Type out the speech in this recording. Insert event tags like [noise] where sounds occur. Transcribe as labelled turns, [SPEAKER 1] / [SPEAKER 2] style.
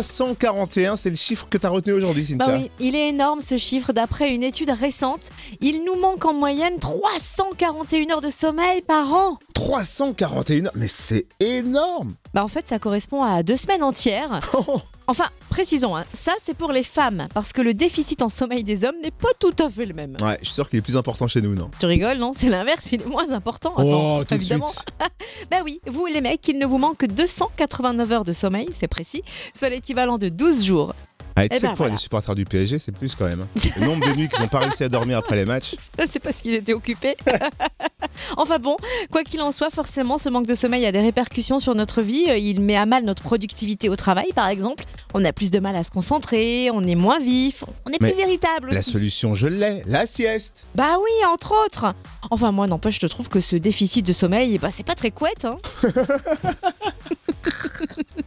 [SPEAKER 1] 341, c'est le chiffre que tu as retenu aujourd'hui, Cynthia.
[SPEAKER 2] Bah oui, il est énorme ce chiffre. D'après une étude récente, il nous manque en moyenne 341 heures de sommeil par an.
[SPEAKER 1] 341, mais c'est énorme
[SPEAKER 2] Bah en fait, ça correspond à deux semaines entières. Enfin, précisons, hein, ça c'est pour les femmes, parce que le déficit en sommeil des hommes n'est pas tout à fait le même.
[SPEAKER 1] [laughs] Ouais, je suis sûr qu'il est plus important chez nous, non
[SPEAKER 2] Tu rigoles, non C'est l'inverse, il est moins important. Attends,
[SPEAKER 1] Oh, tout de
[SPEAKER 2] évidemment.
[SPEAKER 1] suite
[SPEAKER 2] Bah oui, vous les mecs, il ne vous manque que 289 heures de sommeil, c'est précis, soit l'équivalent de 12 jours.
[SPEAKER 1] Allez, Ah,
[SPEAKER 2] Eh
[SPEAKER 1] tu sais
[SPEAKER 2] ben,
[SPEAKER 1] que pour
[SPEAKER 2] voilà.
[SPEAKER 1] les supporters du PSG, c'est plus quand même.
[SPEAKER 2] [laughs]
[SPEAKER 1] hein. Le nombre de nuits qu'ils n'ont pas réussi à dormir après les matchs.
[SPEAKER 2] C'est parce qu'ils étaient occupés. [laughs] enfin bon, quoi qu'il en soit, forcément, ce manque de sommeil a des répercussions sur notre vie. Euh, Il met à mal notre productivité au travail, par exemple. On a plus de mal à se concentrer, on est moins vif, on est
[SPEAKER 1] Mais
[SPEAKER 2] plus irritable.
[SPEAKER 1] La
[SPEAKER 2] aussi.
[SPEAKER 1] solution, je l'ai, la sieste
[SPEAKER 2] Bah oui, entre autres. Enfin, moi, n'empêche, je te trouve que ce déficit de sommeil, bah, c'est pas très couette. Hein.